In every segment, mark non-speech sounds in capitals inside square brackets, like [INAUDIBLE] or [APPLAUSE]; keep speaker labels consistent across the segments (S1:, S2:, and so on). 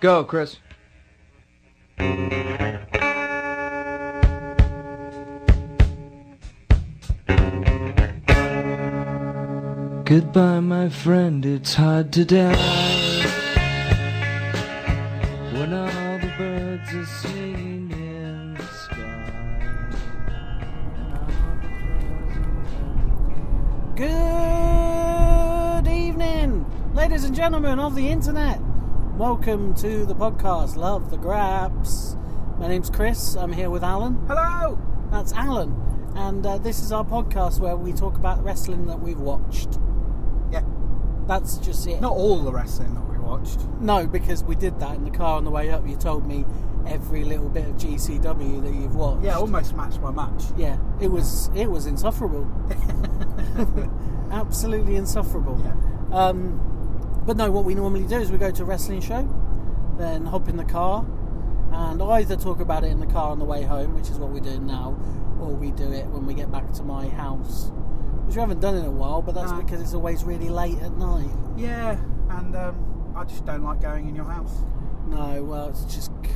S1: Go, Chris. Goodbye, my friend, it's hard to die. When all the birds are singing in the sky.
S2: Good evening, ladies and gentlemen of the internet. Welcome to the podcast Love the Graps. My name's Chris. I'm here with Alan.
S3: Hello!
S2: That's Alan. And uh, this is our podcast where we talk about wrestling that we've watched.
S3: Yeah,
S2: That's just it.
S3: not all the wrestling that we watched.
S2: No, because we did that in the car on the way up. You told me every little bit of GCW that you've watched.
S3: Yeah, almost match by match.
S2: Yeah, it was it was insufferable. [LAUGHS] Absolutely insufferable.
S3: Yeah.
S2: Um, but no, what we normally do is we go to a wrestling show, then hop in the car, and either talk about it in the car on the way home, which is what we're doing now, or we do it when we get back to my house, which we haven't done in a while. But that's
S3: No.
S2: because it's always really late at night.
S3: Yeah, and um, I just don't like going in your house.
S2: No, well, it's just c-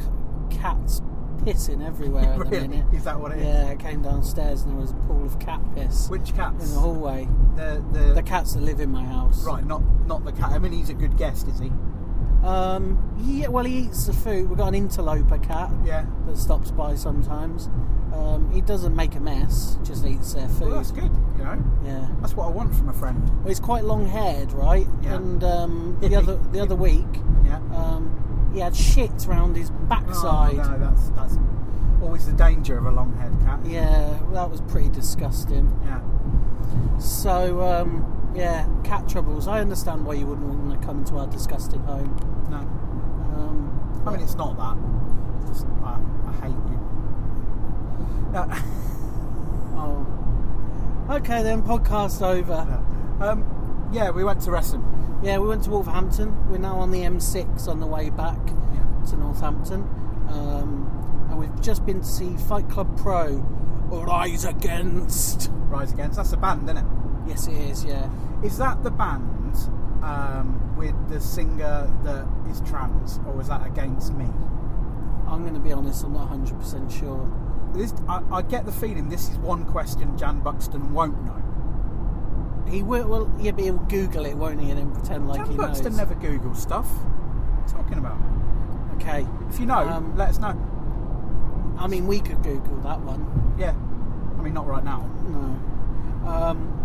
S2: cats pissing everywhere at the
S3: Really?
S2: minute.
S3: Is that what it is?
S2: Yeah, I came downstairs and there was a pool of cat piss
S3: Which cats?
S2: in the hallway.
S3: The, the,
S2: The cats that live in my house.
S3: Right, not not the cat. I mean, he's a good guest, is he?
S2: Um, yeah, well, he eats the food. We've got an interloper cat
S3: Yeah.
S2: that stops by sometimes. Um, he doesn't make a mess, just eats their food.
S3: Well, that's good. You know,
S2: Yeah.
S3: that's what I want from a friend.
S2: Well, he's quite long haired, right?
S3: Yeah.
S2: And um, the other the other week,
S3: Yeah.
S2: um, he had shit round his backside.
S3: Oh, no, that's that's always the danger of a long-haired cat.
S2: Yeah, well, that was pretty disgusting.
S3: Yeah.
S2: So, um, yeah, cat troubles. I understand why you wouldn't want to come into our disgusting home.
S3: No.
S2: Um,
S3: I mean, it's not that. It's just I, I hate Uh, you. No. [LAUGHS]
S2: oh. Okay, then, podcast over.
S3: Um, yeah, we went to Wrexham.
S2: Yeah, we went to Wolverhampton. We're now on the M6 on the way back
S3: Yeah.
S2: to Northampton. Um, and we've just been to see Fight Club Pro Rise Against.
S3: Rise Against. That's the band, isn't it?
S2: Yes, it is, yeah.
S3: Is that the band um, with the singer that is trans, or was that Against Me?
S2: I'm going to be honest, I'm not 100% sure.
S3: This, I, I get the feeling this is one question Jan Buxton won't know.
S2: He will, well, yeah, but he'll Google it, won't he, and then pretend like
S3: Jan
S2: he knows.
S3: Buxton never Googles stuff. What are you Talking about.
S2: Okay.
S3: If you know,
S2: Um,
S3: let us know.
S2: I mean, we could Google that one.
S3: Yeah. I mean, not right now.
S2: No. Um,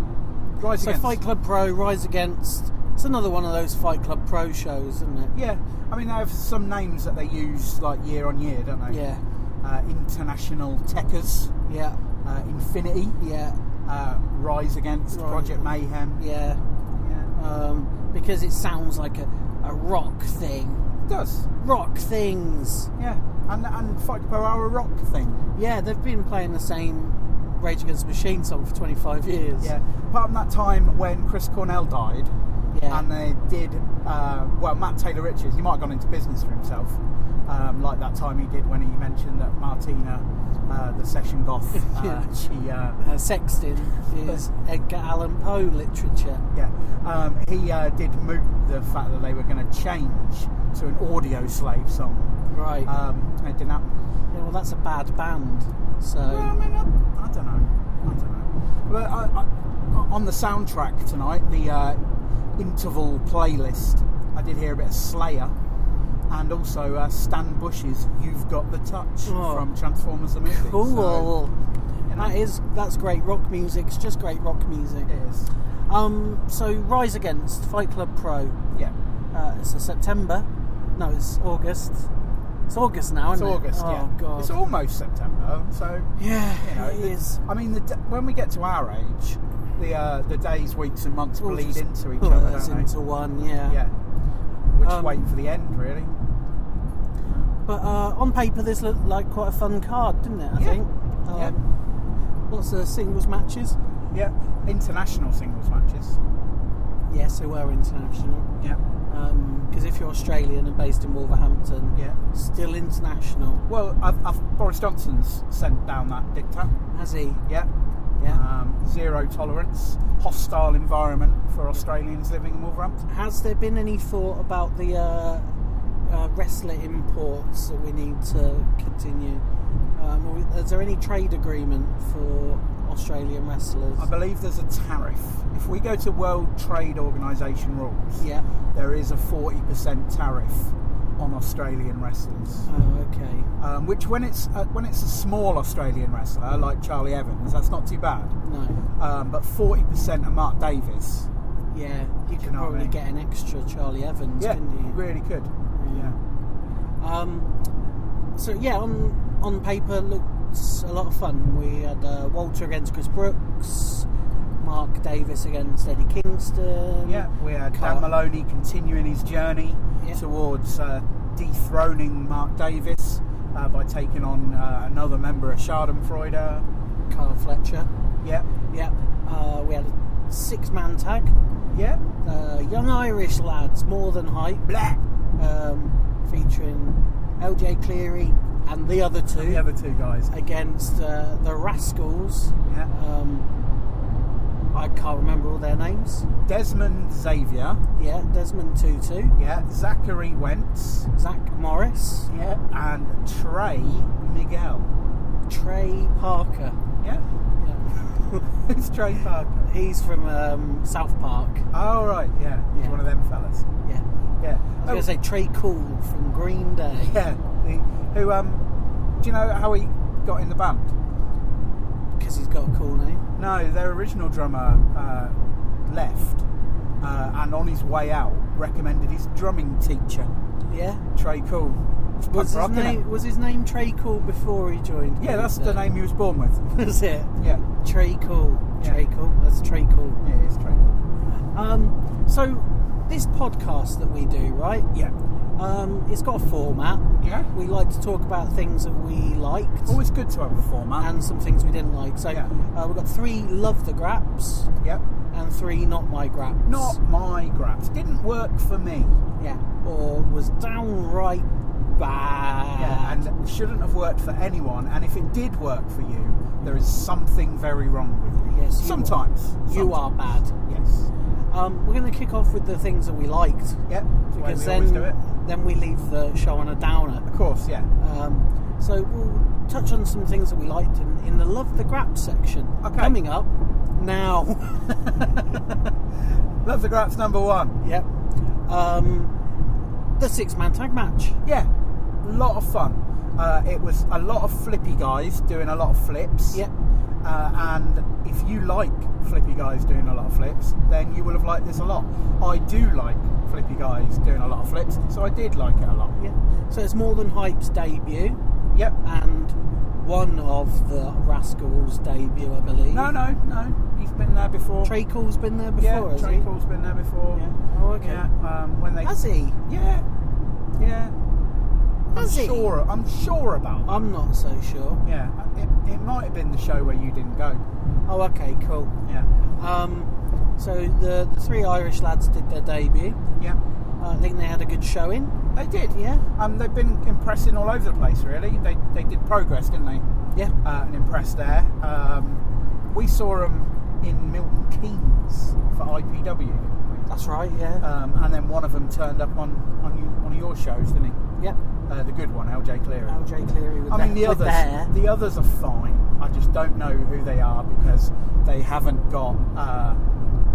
S3: Rise
S2: so
S3: Against.
S2: Fight Club Pro, Rise Against. It's another one of those Fight Club Pro shows, isn't it?
S3: Yeah. I mean, they have some names that they use like year on year, don't they?
S2: Yeah.
S3: Uh, International Techers,
S2: Yeah.
S3: uh, Infinity.
S2: Yeah.
S3: uh, Rise Against,
S2: Right.
S3: Project Mayhem.
S2: Yeah.
S3: Yeah.
S2: um, because it sounds like a, a rock thing.
S3: It does.
S2: Rock things.
S3: Yeah. And and Fight Club are a rock thing.
S2: Yeah, they've been playing the same Rage Against the Machine song for 25 years.
S3: Yeah. Apart from that time when Chris Cornell died,
S2: Yeah.
S3: and they did uh, well. Matt Taylor Richards, he might have gone into business for himself, um, like that time he did when he mentioned that Martina, uh, the session goth,
S2: [LAUGHS]
S3: uh,
S2: Yeah.
S3: she. Uh,
S2: Uh, Sexton
S3: [LAUGHS]
S2: is Edgar Allan Poe literature.
S3: yeah, um, he uh, did moot the fact that they were going to change to an audio slave song.
S2: Right.
S3: Um, and it didn't happen.
S2: yeah, well, that's a bad band. So,
S3: Well, I mean, I, I don't know. I don't know. But I, I, on the soundtrack tonight, the uh, interval playlist, I did hear a bit of Slayer and also uh, Stan Bush's "You've Got the Touch"
S2: Oh.
S3: from Transformers the movie. So,
S2: cool.
S3: you know,
S2: that is, that's great rock music. It's just great rock music.
S3: It is.
S2: Um, so, Rise Against, Fight Club Pro.
S3: Yeah.
S2: Uh, it's a September. No, it's August. It's August now,
S3: It's
S2: isn't it?
S3: August.
S2: Oh,
S3: yeah.
S2: God.
S3: It's almost September, so
S2: yeah,
S3: you know.
S2: it
S3: the-
S2: is.
S3: I mean, the, d- when we get to our age, the uh, the days, weeks, and months
S2: All
S3: bleed
S2: just
S3: into each other,
S2: blurs
S3: don't they?
S2: into one, yeah.
S3: yeah. We're just
S2: Um,
S3: waiting for the end, really.
S2: But uh, on paper, this looked like quite a fun card, didn't it? I
S3: Yeah.
S2: think. Um,
S3: Yeah.
S2: Lots of singles matches.
S3: Yeah, international singles matches.
S2: Yes, they were international.
S3: Yeah,
S2: Because Um, if you're Australian and based in Wolverhampton,
S3: yeah.
S2: still international.
S3: Well, I've, I've, Boris Johnson's sent down that dicta.
S2: Has he?
S3: Yeah,
S2: Yeah.
S3: Um, zero tolerance, hostile environment for Australians living in Wolverhampton.
S2: Has there been any thought about the uh, uh, wrestler imports that we need to continue? Um, or is there any trade agreement for Australian wrestlers?
S3: I believe there's a tariff. If we go to World Trade Organization rules,
S2: yeah.
S3: there is a 40% tariff on Australian wrestlers.
S2: Oh, okay.
S3: Um, which, when it's uh, when it's a small Australian wrestler like Charlie Evans, that's not too bad.
S2: No.
S3: Um, but 40% of Mark Davis,
S2: Yeah, you
S3: you
S2: could
S3: know what I
S2: probably
S3: mean?
S2: get an extra Charlie Evans,
S3: yeah,
S2: couldn't you?
S3: really could. Yeah.
S2: Um, so yeah, on on paper looks a lot of fun. We had uh, Walter against Chris Brooks, Mark Davis against Eddie Kingston.
S3: Yeah, we had
S2: Carl-
S3: Dan Maloney continuing his journey
S2: Yeah.
S3: towards uh, dethroning Mark Davis uh, by taking on uh, another member of Schadenfreude.
S2: Carl Fletcher.
S3: Yeah,
S2: Yep. Uh, we had a six man tag.
S3: yeah,
S2: Uh, young Irish lads, more than hype,
S3: black.
S2: um, featuring LJ Cleary and the other two
S3: The other two guys.
S2: against uh, the Rascals.
S3: Yeah.
S2: Um, I can't remember all their names.
S3: Desmond Xavier.
S2: Yeah, Desmond Tutu.
S3: Yeah, Zachary Wentz.
S2: Zach Morris,
S3: Yeah, and Trey Miguel.
S2: Trey Parker. [LAUGHS]
S3: Yeah, it's Trey Parker.
S2: He's from um, South Park.
S3: Oh right, yeah, he's
S2: Yeah.
S3: one of them fellas.
S2: Yeah.
S3: Yeah.
S2: I was
S3: Oh,
S2: going to say Trey Cool from Green Day.
S3: [LAUGHS] yeah. the- who um? Do you know how he got in the band?
S2: Because he's got a cool name.
S3: No, their original drummer uh, left, uh, and on his way out, recommended his drumming teacher,
S2: Yeah.
S3: Trey Cool. It's punk
S2: Was his,
S3: rock, innit?
S2: name, was his name Trey Cool before he joined?
S3: Yeah, that's the
S2: Green Day? [LAUGHS]
S3: name he was born with.
S2: That's it.
S3: Yeah,
S2: Trey Cool.
S3: Yeah.
S2: Trey Cool. That's Trey Cool.
S3: yeah, it's Trey Cool.
S2: Um, so, this podcast that we do, right?
S3: Yeah,
S2: Um, it's got a format.
S3: yeah.
S2: We like to talk about things that we liked.
S3: Always good to have a format.
S2: and some things we didn't like. So
S3: Oh, Yeah.
S2: uh, we've got three love the graps
S3: yeah,
S2: and three not my graps.
S3: not my graps. Didn't work for me.
S2: yeah, or was downright bad.
S3: Yeah, and shouldn't have worked for anyone. And if it did work for you, there is something very wrong with you.
S2: Yes, you
S3: sometimes
S2: you are bad.
S3: Sometimes. Yes.
S2: Um, we're going to kick off with the things that we liked
S3: Yeah. it's the way
S2: because
S3: we
S2: then
S3: always do it.
S2: then we leave the show on a downer.
S3: Of course, yeah. [LAUGHS]
S2: Um, so we'll touch on some things that we liked in, in the love the grap section
S3: Okay.
S2: coming up now. [LAUGHS]
S3: Love the Graps number one.
S2: yep. Um, the six man tag match.
S3: Yeah, lot of fun. Uh, it was a lot of flippy guys doing a lot of flips.
S2: Yep.
S3: Uh, and if you like flippy guys doing a lot of flips, then you will have liked this a lot. I do like flippy guys doing a lot of flips, so I did like it a lot.
S2: Yeah. So it's more than Hype's debut
S3: Yep.
S2: and one of the Rascals' debut, I believe.
S3: No, no, no. He's been there before.
S2: Treacle's been there
S3: yeah,
S2: before, has he?
S3: Treacle's been there before.
S2: Yeah. Oh, okay.
S3: Yeah, Um, when they.
S2: Has he?
S3: yeah. Yeah.
S2: Has
S3: I'm
S2: he?
S3: sure. I'm sure about.
S2: I'm not so sure.
S3: yeah. It, it might have been the show where you didn't go.
S2: Oh, okay, cool.
S3: Yeah.
S2: Um, so the, the three Irish lads did their debut. Uh,
S3: Yeah.
S2: I think they had a good showing.
S3: They did,
S2: Yeah.
S3: Um, they've been impressing all over the place, really. They, they did progress, didn't they?
S2: Yeah.
S3: Uh, and impressed there. Um, we saw them in Milton Keynes for IPW, didn't
S2: That's right. Yeah.
S3: we? Um, and then one of them turned up on on you, one of your shows, didn't he?
S2: yep.
S3: Uh, the good one, LJ Cleary.
S2: LJ Cleary with
S3: I mean, the
S2: with
S3: others,
S2: their-
S3: the others are fine. I just don't know who they are because they haven't got uh,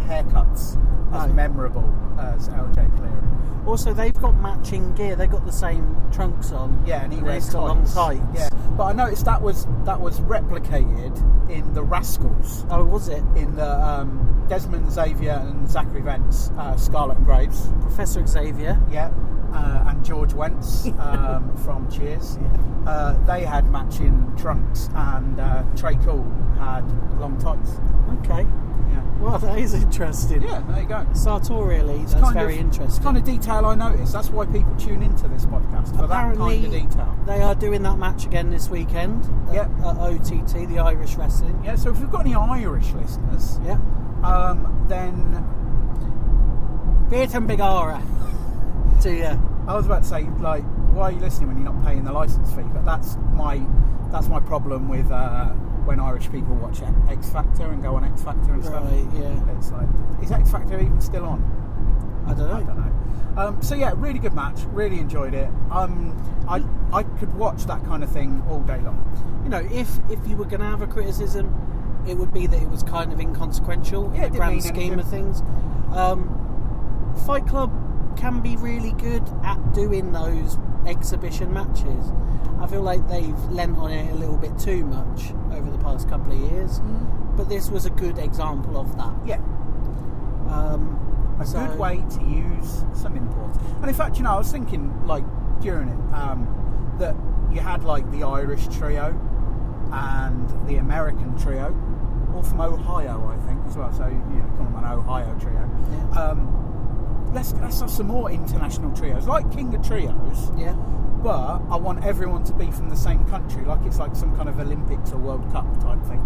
S3: haircuts as
S2: No.
S3: memorable as LJ Cleary.
S2: Also, they've got matching gear. They've got the same trunks on.
S3: Yeah, and he
S2: They've
S3: wears
S2: got long
S3: tights.
S2: tights.
S3: Yeah, but I noticed that was that was replicated in the Rascals,
S2: Oh, was it?
S3: in the um, Desmond Xavier and Zachary Wentz, uh, Scarlet and Graves.
S2: Professor Xavier.
S3: Yeah, uh, and George
S2: [LAUGHS]
S3: Wentz um, from Cheers. Uh, they had matching trunks, and uh, Trey Cool had long tights.
S2: Okay.
S3: Yeah,
S2: Well, that is interesting.
S3: yeah, there you go.
S2: Sartorially,
S3: It's
S2: that's
S3: kind
S2: very
S3: of, It's
S2: interesting.
S3: kind of detail I noticed. That's why people tune into this podcast for
S2: Apparently,
S3: that kind of detail.
S2: they are doing that match again this weekend at,
S3: Yep.
S2: at OTT, the Irish Wrestling.
S3: Yeah, so if we've got any Irish listeners,
S2: Yeah.
S3: um, then
S2: Beat and
S3: [LAUGHS]
S2: Bigara to you.
S3: I was about to say, like, why are you listening when you're not paying the license fee? But that's my that's my problem with uh, when Irish people watch X Factor and go on X Factor and stuff.
S2: Right, yeah.
S3: It's like, is X Factor even still on?
S2: I don't know.
S3: I don't know. Um, so yeah, really good match. Really enjoyed it. Um, I I could watch that kind of thing all day long.
S2: You know, if if you were going to have a criticism, it would be that it was kind of inconsequential
S3: Yeah, it
S2: in the
S3: didn't
S2: grand
S3: mean
S2: scheme of
S3: anything.
S2: things. Um, Fight Club can be really good at doing those exhibition matches. I feel like they've lent on it a little bit too much over the past couple of years, but this was a good example of that.
S3: Yeah,
S2: Um,
S3: a
S2: so-
S3: good way to use some imports. And in fact, you know, I was thinking like during it um, that you had like the Irish trio and the American trio, all from Ohio, I think, as well. So you know, come on, an Ohio trio.
S2: Yeah.
S3: Um, let's let's have some more international trios, like King of Trios.
S2: Yeah.
S3: But I want everyone to be from the same country, like it's like some kind of Olympics or World Cup type thing.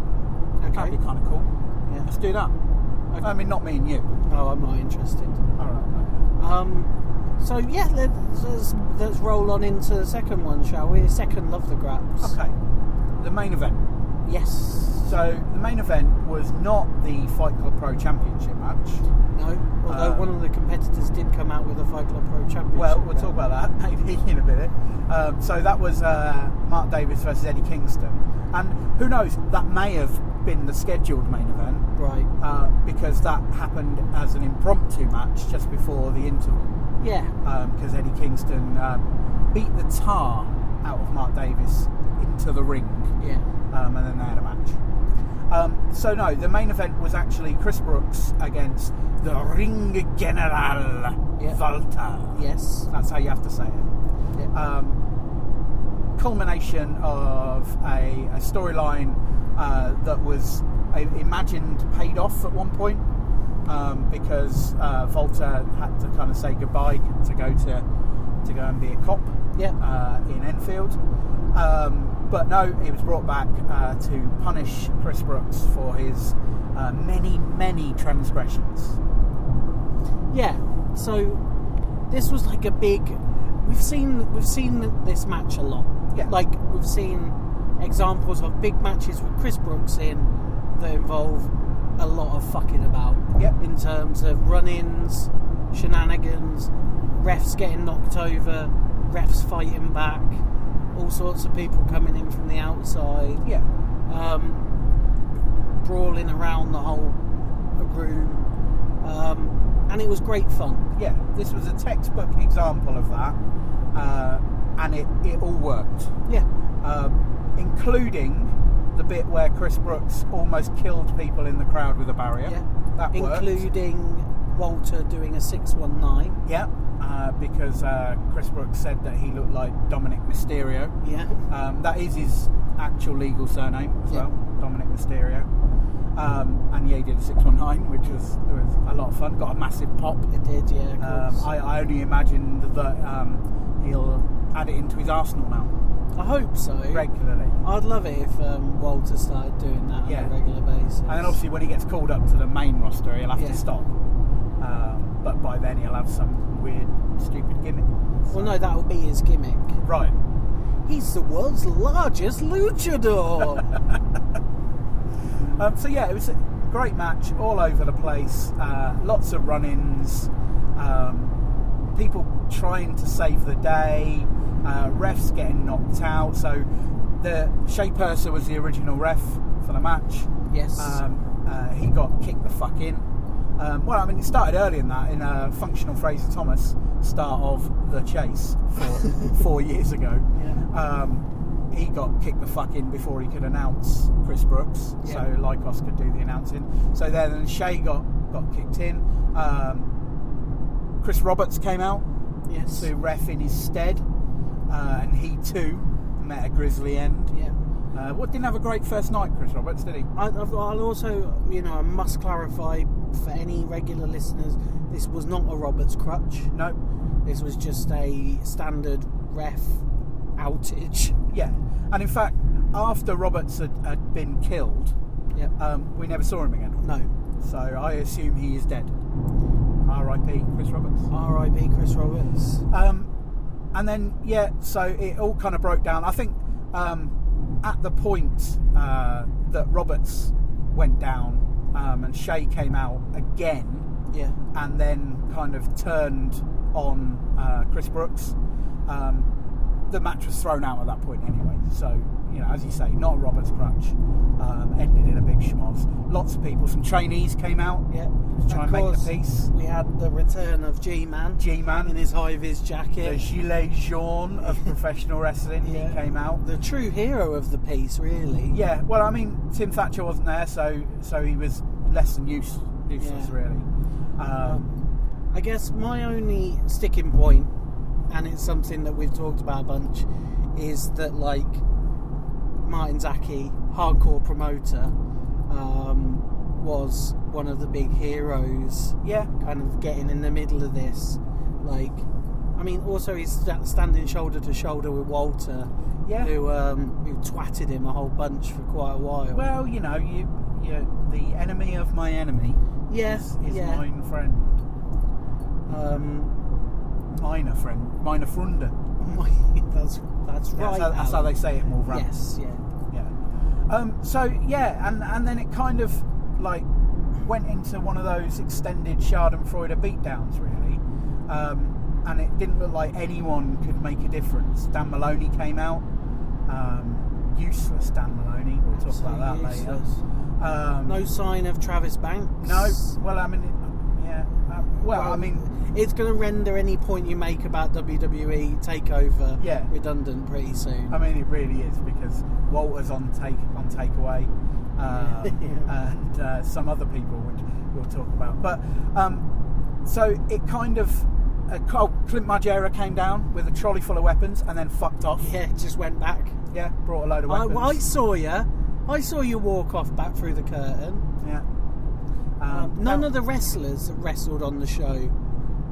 S2: Okay.
S3: That'd be kind of cool.
S2: Yeah.
S3: Let's do that. I mean, not me and you.
S2: Oh, I'm not interested.
S3: All right.
S2: Um, so yeah, let's, let's let's roll on into the second one, shall we? Second love the graps.
S3: Okay. The main event.
S2: Yes.
S3: So the main event was not the Fight Club Pro Championship match.
S2: No. Although
S3: Um,
S2: one of the competitors did come out with a Fight Club Pro Championship.
S3: Well, we'll
S2: belt.
S3: talk about that [LAUGHS] maybe in a minute. Um, so that was uh, Mark Davis versus Eddie Kingston, and who knows? That may have been the scheduled main event
S2: Right.
S3: uh, because that happened as an impromptu match just before the interval.
S2: Yeah.
S3: because Eddie Kingston uh, beat the tar out of Mark Davis into the ring,
S2: Yeah.
S3: um, and then they had a match. Um, so no, the main event was actually Chris Brooks against the Ring General
S2: Yeah.
S3: Volta.
S2: Yes.
S3: That's how you have to say it.
S2: Yeah.
S3: Um, culmination of a, a storyline uh, that was I imagined paid off at one point um, because uh, Volta had to kind of say goodbye to go to to go and be a cop
S2: yeah.
S3: uh, in Enfield. Um, but no, he was brought back uh, to punish Chris Brooks for his uh, many, many transgressions.
S2: Yeah. So this was like a big. We've seen we've seen this match a lot.
S3: Yeah.
S2: Like we've seen examples of big matches with Chris Brooks in that involve a lot of fucking about.
S3: Yep.
S2: In terms of run-ins, shenanigans, refs getting knocked over, refs fighting back, all sorts of people coming in from the outside
S3: Yeah,
S2: um, brawling around the whole uh, room, um, and it was great fun.
S3: yeah. This was a textbook example of that, uh, and it, it all worked,
S2: Yeah,
S3: um, including the bit where Chris Brooks almost killed people in the crowd with a barrier.
S2: Yeah.
S3: That worked.
S2: including Walter doing a six one nine.
S3: Yeah, uh, because uh, Chris Brooks said that he looked like Dominic Mysterio.
S2: Yeah,
S3: Um, that is his actual legal surname as
S2: Yeah.
S3: well, Dominic Mysterio. Um, and yeah, he did a 619, which was, was a lot of fun. Got a massive pop.
S2: it did. Yeah, of
S3: Um,
S2: course.
S3: I, I only imagined that um, he'll add it into his arsenal now
S2: I, hope so.
S3: regularly.
S2: I'd love it if um, Walter started doing that on
S3: Yeah.
S2: a regular basis.
S3: And then obviously, when he gets called up to the main roster, he'll have
S2: Yeah.
S3: to stop. Um, but by then, he'll have some weird, stupid gimmick.
S2: well, no, that will be his gimmick.
S3: Right.
S2: He's the world's largest
S3: [LAUGHS]
S2: luchador.
S3: Um, so yeah, it was a great match, all over the place. Uh, lots of run-ins. Um, people trying to save the day. Uh, refs getting knocked out. So the Shea Purser was the original ref for the match.
S2: yes.
S3: Um, uh, he got kicked the fuck in. Um, well, I mean, it started earlier than that in a functional Fraser Thomas start of the chase four, [LAUGHS] four years ago.
S2: Yeah.
S3: Um, he got kicked the fuck in before he could announce Chris Brooks,
S2: Yeah.
S3: so Lycos could do the announcing. So then Shay got got kicked in. Um, Chris Roberts came out
S2: yes.
S3: to ref in his stead, uh, and he too met a grisly end.
S2: Yeah.
S3: Uh, what didn't have a great first night, Chris Roberts, did he?
S2: I, I've- I'll also, you know, I must clarify for any regular listeners, this was not a Roberts crutch.
S3: No.
S2: This was just a standard ref outage.
S3: Yeah, and in fact, after Roberts had, had been killed,
S2: Yep.
S3: um, we never saw him again.
S2: No.
S3: So I assume he is dead. R.I.P. Chris Roberts.
S2: R.I.P. Chris Roberts.
S3: Um, and then yeah, so it all kind of broke down. I think um, at the point uh, that Roberts went down um, and Shay came out again,
S2: Yeah.
S3: and then kind of turned on uh, Chris Brooks. Um, the match was thrown out at that point anyway. So, you know, as you say, not a Roberts crutch. Um, ended in a big schmoz. Lots of people. Some trainees came out.
S2: Yeah.
S3: To try
S2: Of
S3: and make
S2: course,
S3: the peace.
S2: We had the return of G Man.
S3: G-Man.
S2: in his high vis
S3: The
S2: jacket.
S3: gilet jaune
S2: [LAUGHS]
S3: of professional wrestling.
S2: Yeah.
S3: He came out.
S2: the true hero of the piece, really.
S3: Yeah, well, I mean, Tim Thatcher wasn't there, so so he was less than use, useless,
S2: Yeah.
S3: really. Um,
S2: I guess my only sticking point, and it's something that we've talked about a bunch, is that like Martin Zaki, hardcore promoter, um, was one of the big heroes.
S3: yeah,
S2: Kind of getting in the middle of this, like, I mean, also he's sta- standing shoulder to shoulder with Walter,
S3: Yeah.
S2: who um, who twatted him a whole bunch for quite a while.
S3: Well, you know, you you the enemy of my enemy
S2: yes,
S3: is
S2: yeah.
S3: mine friend,
S2: Um, [LAUGHS]
S3: minor friend, minor frunder.
S2: that's that's
S3: Yeah,
S2: right.
S3: that's, how, that's how
S2: Alan.
S3: they say it more round.
S2: Yes, yeah.
S3: Yeah. Um, so yeah, and and then it kind of like went into one of those extended Schadenfreude beatdowns, really. Um, and it didn't look like anyone could make a difference. Dan Maloney came out. Um, useless Dan Maloney. We'll talk about that
S2: Absolutely
S3: later.
S2: useless.
S3: Um,
S2: No sign of Travis Banks.
S3: No. Well, I mean, it- yeah. Um, well, I mean,
S2: it's going to render any point you make about WWE takeover
S3: Yeah.
S2: redundant pretty soon.
S3: I mean, it really is because Walter's on take on
S2: [LAUGHS]
S3: takeaway, um,
S2: Yeah.
S3: and uh, some other people, which we'll talk about. But um, so it kind of. Uh, oh, Clint Margera came down with a trolley full of weapons and then fucked off.
S2: Oh, yeah, just went back.
S3: Yeah, brought a load of
S2: I,
S3: weapons.
S2: well, I saw you. I saw you walk off back through the curtain.
S3: Yeah.
S2: Um, none
S3: now-
S2: of the wrestlers that wrestled on the show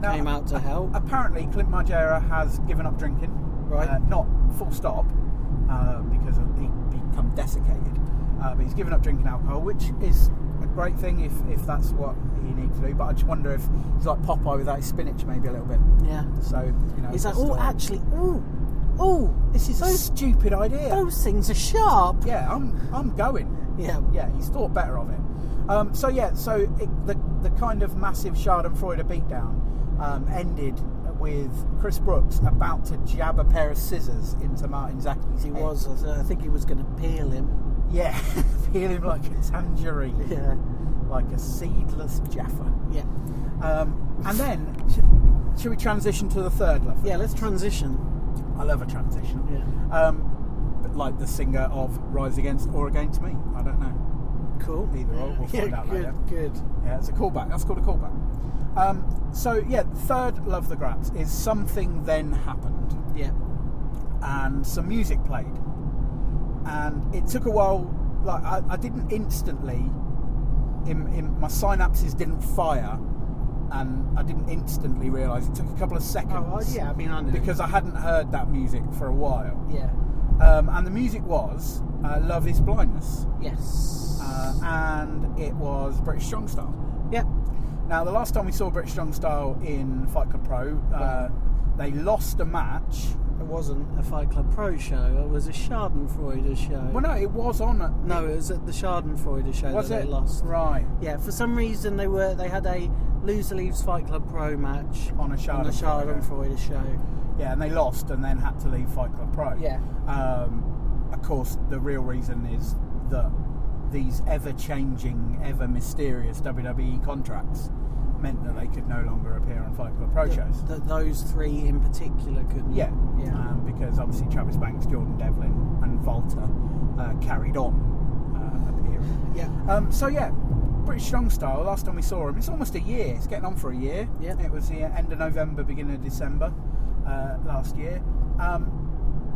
S3: now,
S2: came out to
S3: a-
S2: help.
S3: Apparently, Clint Margera has given up drinking.
S2: Right.
S3: Uh, not full stop, uh, because of- he become desiccated. Uh, but he's given up drinking alcohol, which is a great thing if, if that's what you need to do. But I just wonder if he's like Popeye without his spinach, maybe a little bit.
S2: yeah.
S3: So you know,
S2: He's like,
S3: just,
S2: oh,
S3: uh,
S2: actually, oh, oh,
S3: this is a
S2: those-
S3: stupid idea.
S2: those things are sharp.
S3: Yeah, I'm I'm going.
S2: Yeah.
S3: yeah, he's thought better of it. Um, so yeah, so it, the the kind of massive Schadenfreude beatdown um, ended with Chris Brooks about to jab a pair of scissors into Martin Zaki's
S2: He
S3: head.
S2: was. I th- I think he was going to peel him.
S3: yeah, [LAUGHS] feel him like a tangerine,
S2: [LAUGHS] Yeah.
S3: like a seedless Jaffa.
S2: Yeah.
S3: Um, and then, sh- should we transition to the third level?
S2: Yeah. Let's transition.
S3: I love a transition.
S2: Yeah.
S3: Um, but like the singer of Rise Against or Against Me, I don't know.
S2: Cool.
S3: Either or, we'll
S2: Yeah,
S3: find out
S2: good,
S3: later.
S2: good.
S3: Yeah, it's a callback. That's called a callback. Um, so yeah, third love the grabs is something then happened,
S2: Yeah.
S3: and some music played, and it took a while. Like I, I didn't instantly, in, in my synapses didn't fire, and I didn't instantly realise it took a couple of seconds.
S2: Oh, well, yeah. I mean, I knew.
S3: because I hadn't heard that music for a while,
S2: Yeah.
S3: um, and the music was uh, "Love Is Blindness,"
S2: Yes.
S3: uh, and it was British Strong Style.
S2: yeah.
S3: Now, the last time we saw British Strong Style in Fight Club Pro, uh, they lost a match.
S2: It wasn't a Fight Club Pro show. It was a Schadenfreude show.
S3: Well, no, it was on. A,
S2: No, it was at the Schadenfreude show
S3: was
S2: that
S3: it
S2: they lost.
S3: Right.
S2: Yeah. For some reason, they were they had a loser leaves Fight Club Pro match on
S3: On a
S2: the
S3: Oh, Schadenfreude.
S2: Schadenfreude show.
S3: Yeah, and they lost, and then had to leave Fight Club Pro.
S2: Yeah.
S3: Um, of course, the real reason is that these ever-changing, ever-mysterious WWE contracts meant that they could no longer appear on Fight Club Pro
S2: That,
S3: shows.
S2: that those three in particular couldn't.
S3: Yeah,
S2: Yeah.
S3: Um, because obviously Travis Banks, Jordan Devlin, and Volta uh, carried on uh, appearing.
S2: Yeah.
S3: Um, so yeah, British Strong Style. Last time we saw him, it's almost a year. It's getting on for a year.
S2: Yeah.
S3: It was the end of November, beginning of December uh, last year. Um,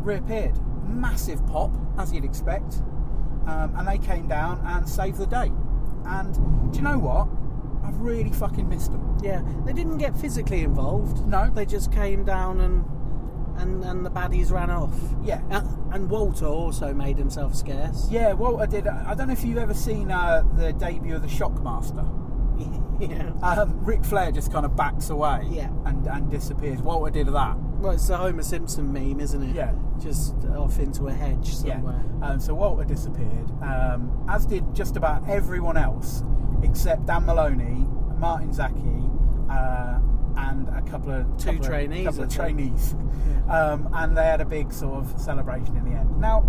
S3: reappeared, massive pop as you'd expect, um, and they came down and saved the day. And do you know what? I've really fucking missed them.
S2: Yeah, they didn't get physically involved.
S3: No.
S2: they just came down and and and the baddies ran off.
S3: Yeah.
S2: And, and Walter also made himself scarce.
S3: Yeah, Walter did. I don't know if you've ever seen uh, the debut of the Shockmaster.
S2: [LAUGHS] yeah.
S3: Um, Ric Flair just kind of backs away
S2: Yeah.
S3: and, and disappears. Walter did that.
S2: Well, it's the Homer Simpson meme, isn't it?
S3: Yeah.
S2: Just off into a hedge somewhere.
S3: Yeah. Um, so Walter disappeared, um, as did just about everyone else except Dan Maloney, Martin Zaki, uh, and a couple of
S2: Two
S3: couple of-
S2: trainees,
S3: couple
S2: I think.
S3: of trainees, um, and they had a big sort of celebration in the end. Now,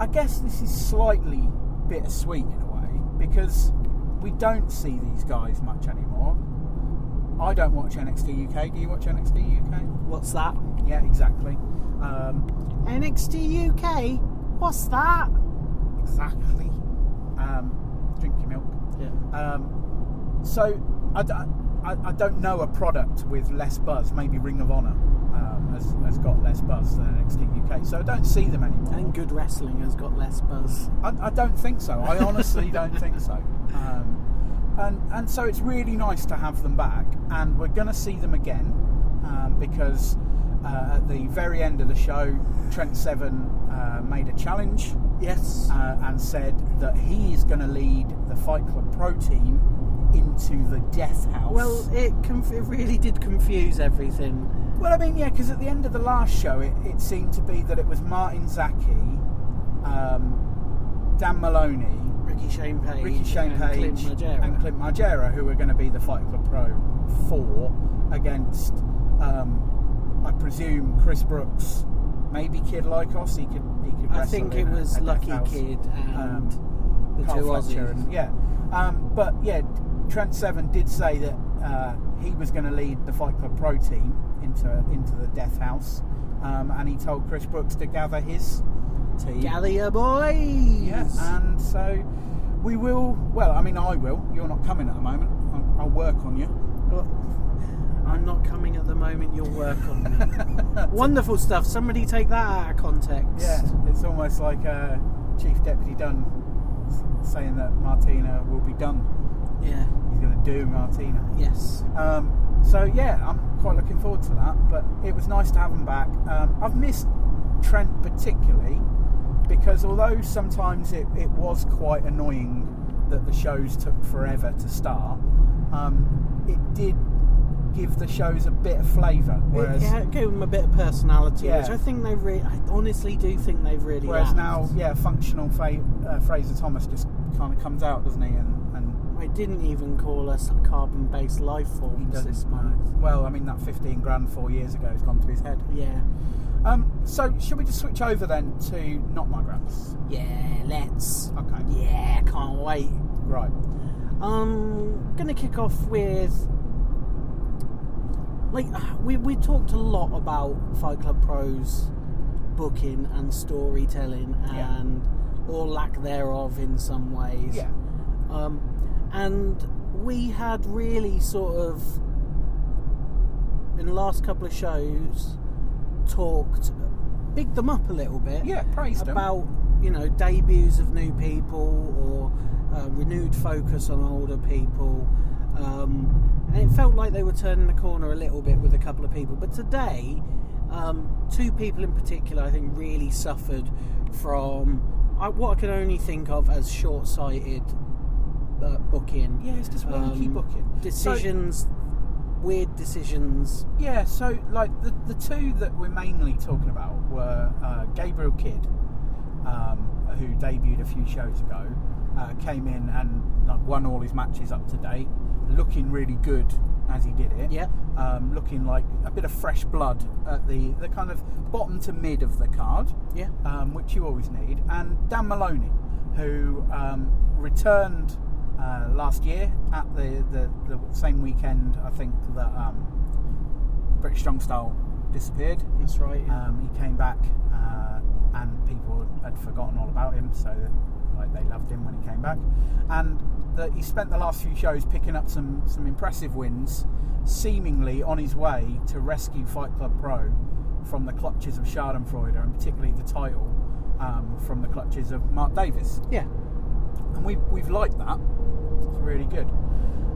S3: I guess this is slightly bittersweet in a way because we don't see these guys much anymore. I don't watch NXT UK. Do you watch NXT UK?
S2: What's that?
S3: Yeah, exactly. Um,
S2: NXT UK. What's that?
S3: exactly. Um, drink your milk.
S2: Yeah.
S3: Um, so I, d- I- I don't know a product with less buzz. Maybe Ring of Honor um, has, has got less buzz than NXT UK. So I don't see them anymore.
S2: And good wrestling has got less buzz.
S3: I, I don't think so. I honestly don't think so. Um, and and so it's really nice to have them back, and we're going to see them again um, because uh, at the very end of the show, Trent Seven uh, made a challenge
S2: Yes.
S3: uh, and said that he is going to lead the Fight Club Pro team into the Death House.
S2: Well, it, conf- it really did confuse everything.
S3: Well, I mean, yeah, because at the end of the last show, it, it seemed to be that it was Martin Zaki, um, Dan Maloney,
S2: Ricky Shane Page,
S3: Ricky Shane
S2: and
S3: Page,
S2: Clint Majera.
S3: and Clint Margera, who are going to be the Fight Club Pro four against, um, I presume, Chris Brooks, maybe Kid Lycos. He could, he could.
S2: I
S3: wrestle
S2: think it
S3: in a-
S2: was
S3: a death
S2: Lucky
S3: house.
S2: Kid and
S3: Um,
S2: the
S3: Carl
S2: two
S3: Fletcher
S2: Aussies.
S3: and- yeah. Um, but yeah, Trent Seven did say that uh, he was going to lead the Fight Club Pro team into into the Death House, um, and he told Chris Brooks to gather his team.
S2: Gather your boys.
S3: Yeah, and so we will. Well, I mean, I will. You're not coming at the moment. I'll, I'll work on you. [LAUGHS]
S2: Well, oh, I'm not coming at the moment. You'll work on [LAUGHS] me. Wonderful stuff. Somebody take that out of context.
S3: Yeah, it's almost like uh, Chief Deputy Dunn s- saying that Martina will be done.
S2: Yeah.
S3: He's going to do Martina.
S2: Yes.
S3: Um, so yeah, I'm quite looking forward to that. But it was nice to have him back. Um, I've missed Trent particularly because although sometimes it, it was quite annoying that the shows took forever to start, um, it did give the shows a bit of flavour. Whereas
S2: yeah, it gave them a bit of personality,
S3: Yeah.
S2: which I think they really, I honestly do think they've really.
S3: whereas
S2: lacked.
S3: now, yeah, functional fa- uh, Fraser Thomas just kind of comes out, doesn't he? And, and
S2: I didn't even call us carbon-based life
S3: he
S2: forms
S3: does
S2: this month.
S3: Well, I mean that 15 grand four years ago has gone to his head.
S2: Yeah.
S3: Um, so should we just switch over then to not my gramps?
S2: Yeah. Let's.
S3: Okay.
S2: Yeah. Can't wait.
S3: Right.
S2: Um, gonna kick off with like we we talked a lot about Fight Club Pro's booking and storytelling
S3: Yeah.
S2: and or lack thereof in some ways.
S3: Yeah.
S2: Um, and we had really sort of in the last couple of shows talked bigged them up a little bit
S3: Yeah. Praise them.
S2: about you know debuts of new people or uh, renewed focus on older people um, and it felt like they were turning the corner a little bit with a couple of people but today um, two people in particular i think really suffered from I, what i can only think of as short-sighted uh, booking Um,
S3: Yeah, it's just wonky booking. So-
S2: decisions weird decisions
S3: Yeah. So like the the two that we're mainly talking about were uh, Gabriel Kidd, um, who debuted a few shows ago, uh, came in and like won all his matches up to date, looking really good as he did it.
S2: Yeah.
S3: Um, looking like a bit of fresh blood at the the kind of bottom to mid of the card.
S2: yeah
S3: um, which you always need, and Dan Maloney, who um, returned uh, last year at the, the, the same weekend, I think, that um, British Strong Style disappeared.
S2: that's right
S3: Um, he came back, uh, and people had forgotten all about him, so like they loved him when he came back, and that he spent the last few shows picking up some some impressive wins, seemingly on his way to rescue Fight Club Pro from the clutches of Schadenfreude, and particularly the title um, from the clutches of Mark Davis
S2: yeah
S3: and we've, we've liked that. It's really good.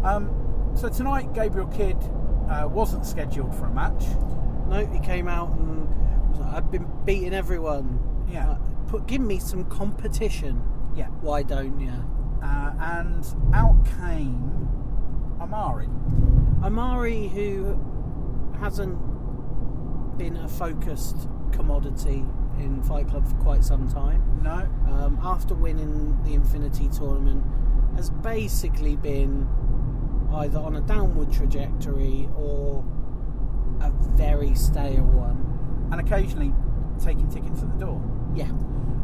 S3: Um, so tonight, Gabriel Kidd uh, wasn't scheduled for a match.
S2: No, he came out and was like, I've been beating everyone.
S3: Yeah.
S2: Uh, put, give me some competition.
S3: Yeah,
S2: Why don't you?
S3: uh, and out came Amari.
S2: Amari, who hasn't been a focused commodity in Fight Club for quite some time,
S3: No,
S2: um, after winning the Infinity Tournament, has basically been either on a downward trajectory or a very stale one.
S3: and occasionally taking tickets at the door.
S2: Yeah.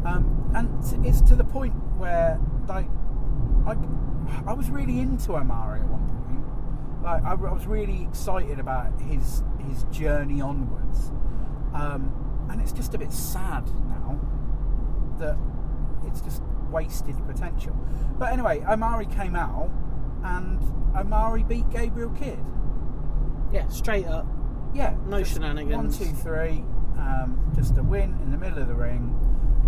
S3: Um, and t- it's to the point where like I, I was really into Omari at one point. Like I, I was really excited about his his journey onwards, um, and it's just a bit sad now that it's just wasted potential. But anyway, Omari came out, and Omari beat Gabriel Kidd.
S2: Yeah, straight up.
S3: Yeah,
S2: No
S3: just
S2: shenanigans.
S3: One, two, three. Um, just a win in the middle of the ring,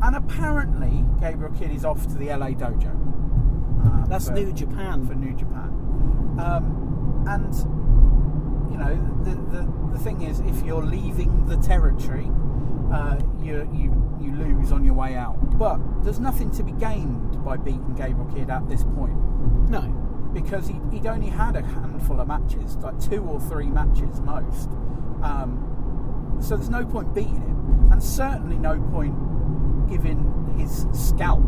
S3: and apparently Gabriel Kidd is off to the LA dojo. Um,
S2: That's
S3: for-
S2: New Japan.
S3: for New Japan, um, and you know the, the the thing is, if you're leaving the territory, uh, you you you lose on your way out. But there's nothing to be gained by beating Gabriel Kidd at this point
S2: no.
S3: because he, he'd only had a handful of matches, like two or three matches most. Um, so there's no point beating him, and certainly no point giving his scalp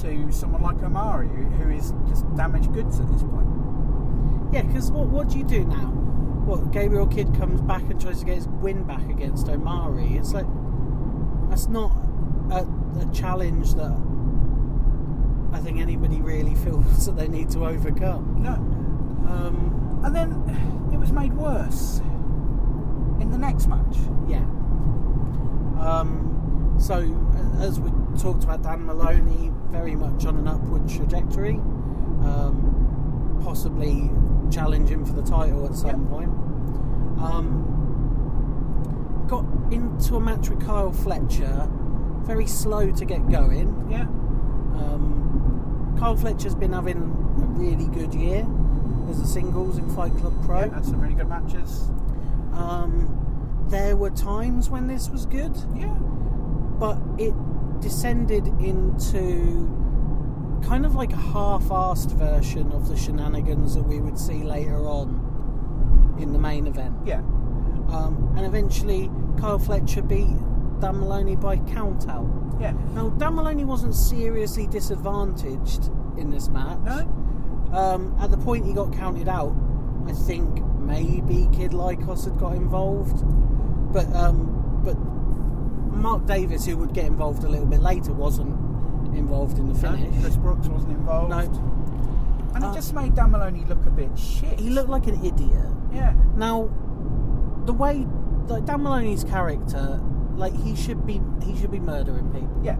S3: to someone like Omari, who- who is just damaged goods at this point.
S2: Yeah, because what, what do you do now? What, Gabriel Kidd comes back and tries to get his win back against Omari. It's like, that's not a, a challenge that I think anybody really [LAUGHS] feels that they need to overcome.
S3: No.
S2: Um,
S3: And then it was made worse in the next match.
S2: yeah. Um, so, a- as we talked about, Dan Maloney very much on an upward trajectory, um, possibly challenging for the title at some
S3: Yep.
S2: point. Um, got into a match with Kyle Fletcher, very slow to get going.
S3: Yeah.
S2: Um, Kyle Fletcher's been having a really good year as a singles in Fight Club Pro.
S3: Yeah, had some really good matches.
S2: Um, there were times when this was good,
S3: Yeah.
S2: but it descended into kind of like a half-assed version of the shenanigans that we would see later on in the main event.
S3: Yeah.
S2: Um, and eventually, Kyle Fletcher beat Dan Maloney by count out.
S3: Yeah.
S2: Now, Dan Maloney wasn't seriously disadvantaged in this match.
S3: No?
S2: Um, at the point he got counted out, I think maybe Kid Lycos had got involved, but um, but Mark Davis, who would get involved a little bit later, wasn't involved in the finish.
S3: No. Chris Brooks wasn't involved.
S2: No,
S3: And
S2: Uh,
S3: it just made Dan Maloney look a bit shit.
S2: he looked like an idiot.
S3: Yeah.
S2: Now, the way like Dan Maloney's character, like he should be, he should be murdering people.
S3: Yeah.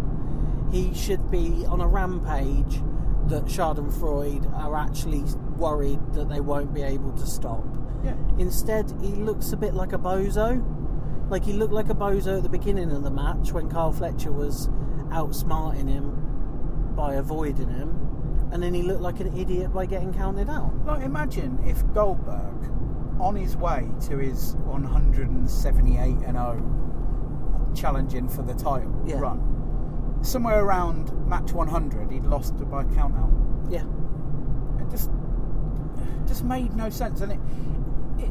S2: he should be on a rampage that Schadenfreude are actually worried that they won't be able to stop.
S3: Yeah.
S2: Instead, he looks a bit like a bozo. Like he looked like a bozo at the beginning of the match when Carl Fletcher was outsmarting him by avoiding him, and then he looked like an idiot by getting counted out.
S3: Like, imagine if Goldberg, on his way to his 178 and 0 challenging for the title
S2: Yeah.
S3: run, somewhere around match 100, he'd lost by count out.
S2: Yeah,
S3: It just, just made no sense. And it, it,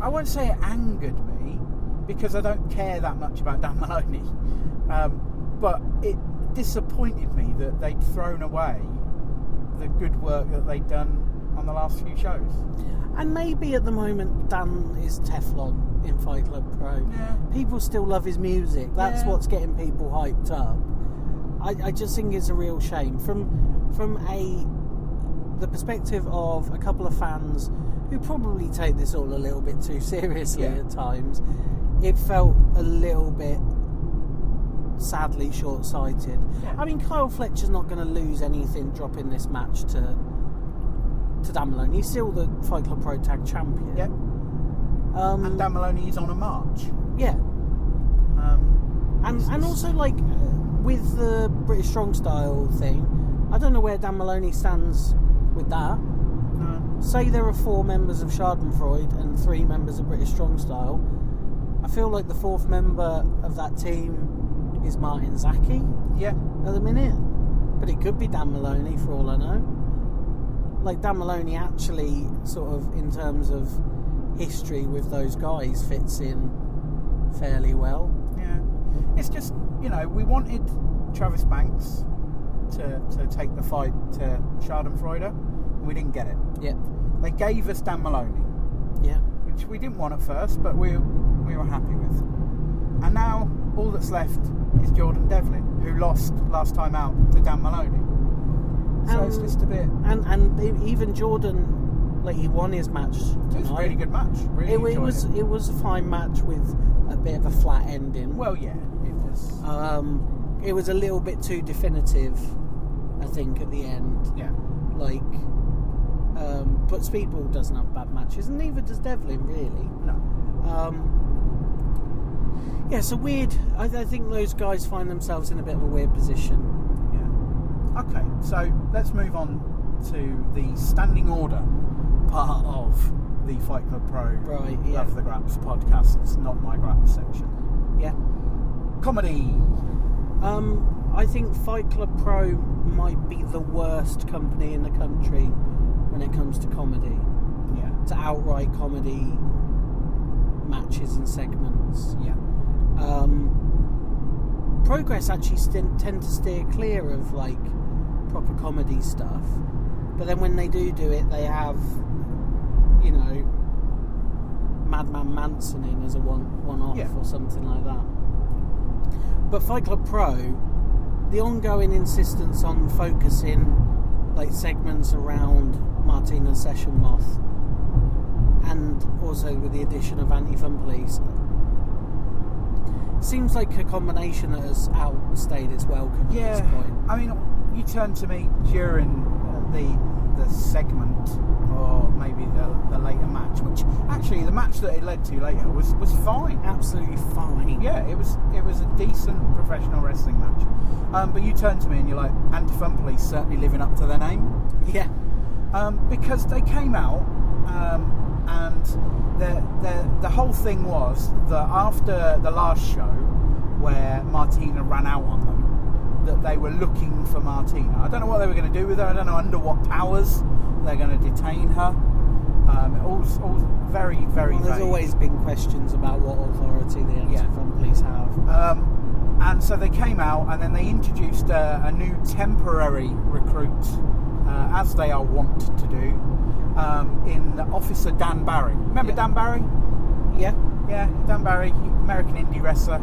S3: I won't say it angered me because I don't care that much about Dan Maloney, um, but it disappointed me that they'd thrown away the good work that they'd done on the last few shows.
S2: and maybe at the moment Dan is Teflon in Fight Club Pro.
S3: Yeah.
S2: people still love his music. That's
S3: Yeah.
S2: what's getting people hyped up. I, I just think it's a real shame from from a the perspective of a couple of fans who probably take this all a little bit too seriously
S3: Yeah.
S2: at times. It felt a little bit sadly short-sighted.
S3: Yeah.
S2: I mean, Kyle Fletcher's not going to lose anything dropping this match to to Dan Maloney. He's still the Fight Club Pro Tag Champion.
S3: Yep.
S2: Um,
S3: And Dan Maloney is on a march.
S2: yeah.
S3: Um,
S2: And and also like uh, with the British strong style thing, I don't know where Dan Maloney stands with that.
S3: no.
S2: Say there are four members of Schadenfreude and three members of British strong style. I feel like the fourth member of that team is Martin Zaki
S3: Yeah.
S2: at the minute, but it could be Dan Maloney for all I know. Like Dan Maloney actually sort of in terms of history with those guys fits in fairly well.
S3: Yeah. It's just, you know, we wanted Travis Banks to, to take the fight to Schadenfreude, and we didn't get it.
S2: Yeah.
S3: They gave us Dan Maloney,
S2: Yeah.
S3: which we didn't want at first, but we we were happy with. And now all that's left is Jordan Devlin, who lost last time out to Dan Maloney. So it's
S2: Um,
S3: just a bit.
S2: And and e- even Jordan, like he won his match.
S3: It was a
S2: tonight.
S3: really good match. Really
S2: It, it
S3: enjoyed
S2: was
S3: it.
S2: it was a fine match with a bit of a flat ending.
S3: Well, yeah, it was.
S2: um, it was a little bit too definitive, I think, at the end.
S3: Yeah.
S2: Like, um, but Speedball doesn't have bad matches, and neither does Devlin really.
S3: No.
S2: Um, yeah, so weird. I, I think those guys find themselves in a bit of a weird position.
S3: Yeah. Okay, so let's move on to the standing order part of the Fight Club Pro
S2: Right, yeah.
S3: Love the Graps podcast. It's not my Graps section.
S2: Yeah.
S3: Comedy.
S2: Um, I think Fight Club Pro might be the worst company in the country when it comes to comedy,
S3: Yeah.
S2: to outright comedy matches and segments.
S3: Yeah.
S2: Um, Progress actually st- tend to steer clear of like proper comedy stuff, but then when they do do it, they have you know Madman Manson in as a one one off
S3: Yeah.
S2: or something like that. But Fight Club Pro, the ongoing insistence on focusing like segments around Martina Session Moth, and also with the addition of Anti Fun Police, seems like a combination that has outstayed its welcome at this point.
S3: I mean, you turned to me during uh, the the segment, or maybe the, the later match, which actually the match that it led to later was was fine.
S2: Absolutely fine.
S3: Yeah, it was it was a decent professional wrestling match. Um, but you turned to me and you're like, Anti-Fun Police certainly living up to their name
S2: Yeah.
S3: um, because they came out um, and the, the, the whole thing was that after the last show where Martina ran out on them, that they were looking for Martina. I don't know what they were going to do with her. I don't know under what powers they're going to detain her. Um, it all's, all's very, very
S2: Well, there's
S3: vague.
S2: always been questions about what authority the
S3: Yeah.
S2: anti-front police have.
S3: Um, and so they came out, and then they introduced a, a new temporary recruit, uh, as they are wont to do, um, in Officer Dan Barry. Remember
S2: Yeah.
S3: Dan Barry?
S2: Yeah.
S3: Yeah, Dan Barry, American indie wrestler.